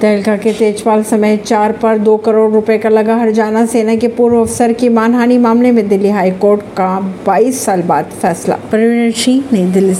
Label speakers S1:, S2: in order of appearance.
S1: तहलका के तेजपाल समेत चार पर दो करोड़ रुपए का लगा हरजाना सेना के पूर्व अफसर की मानहानि मामले में दिल्ली हाई कोर्ट का 22 साल बाद फैसला परवीन सिंह नई दिल्ली से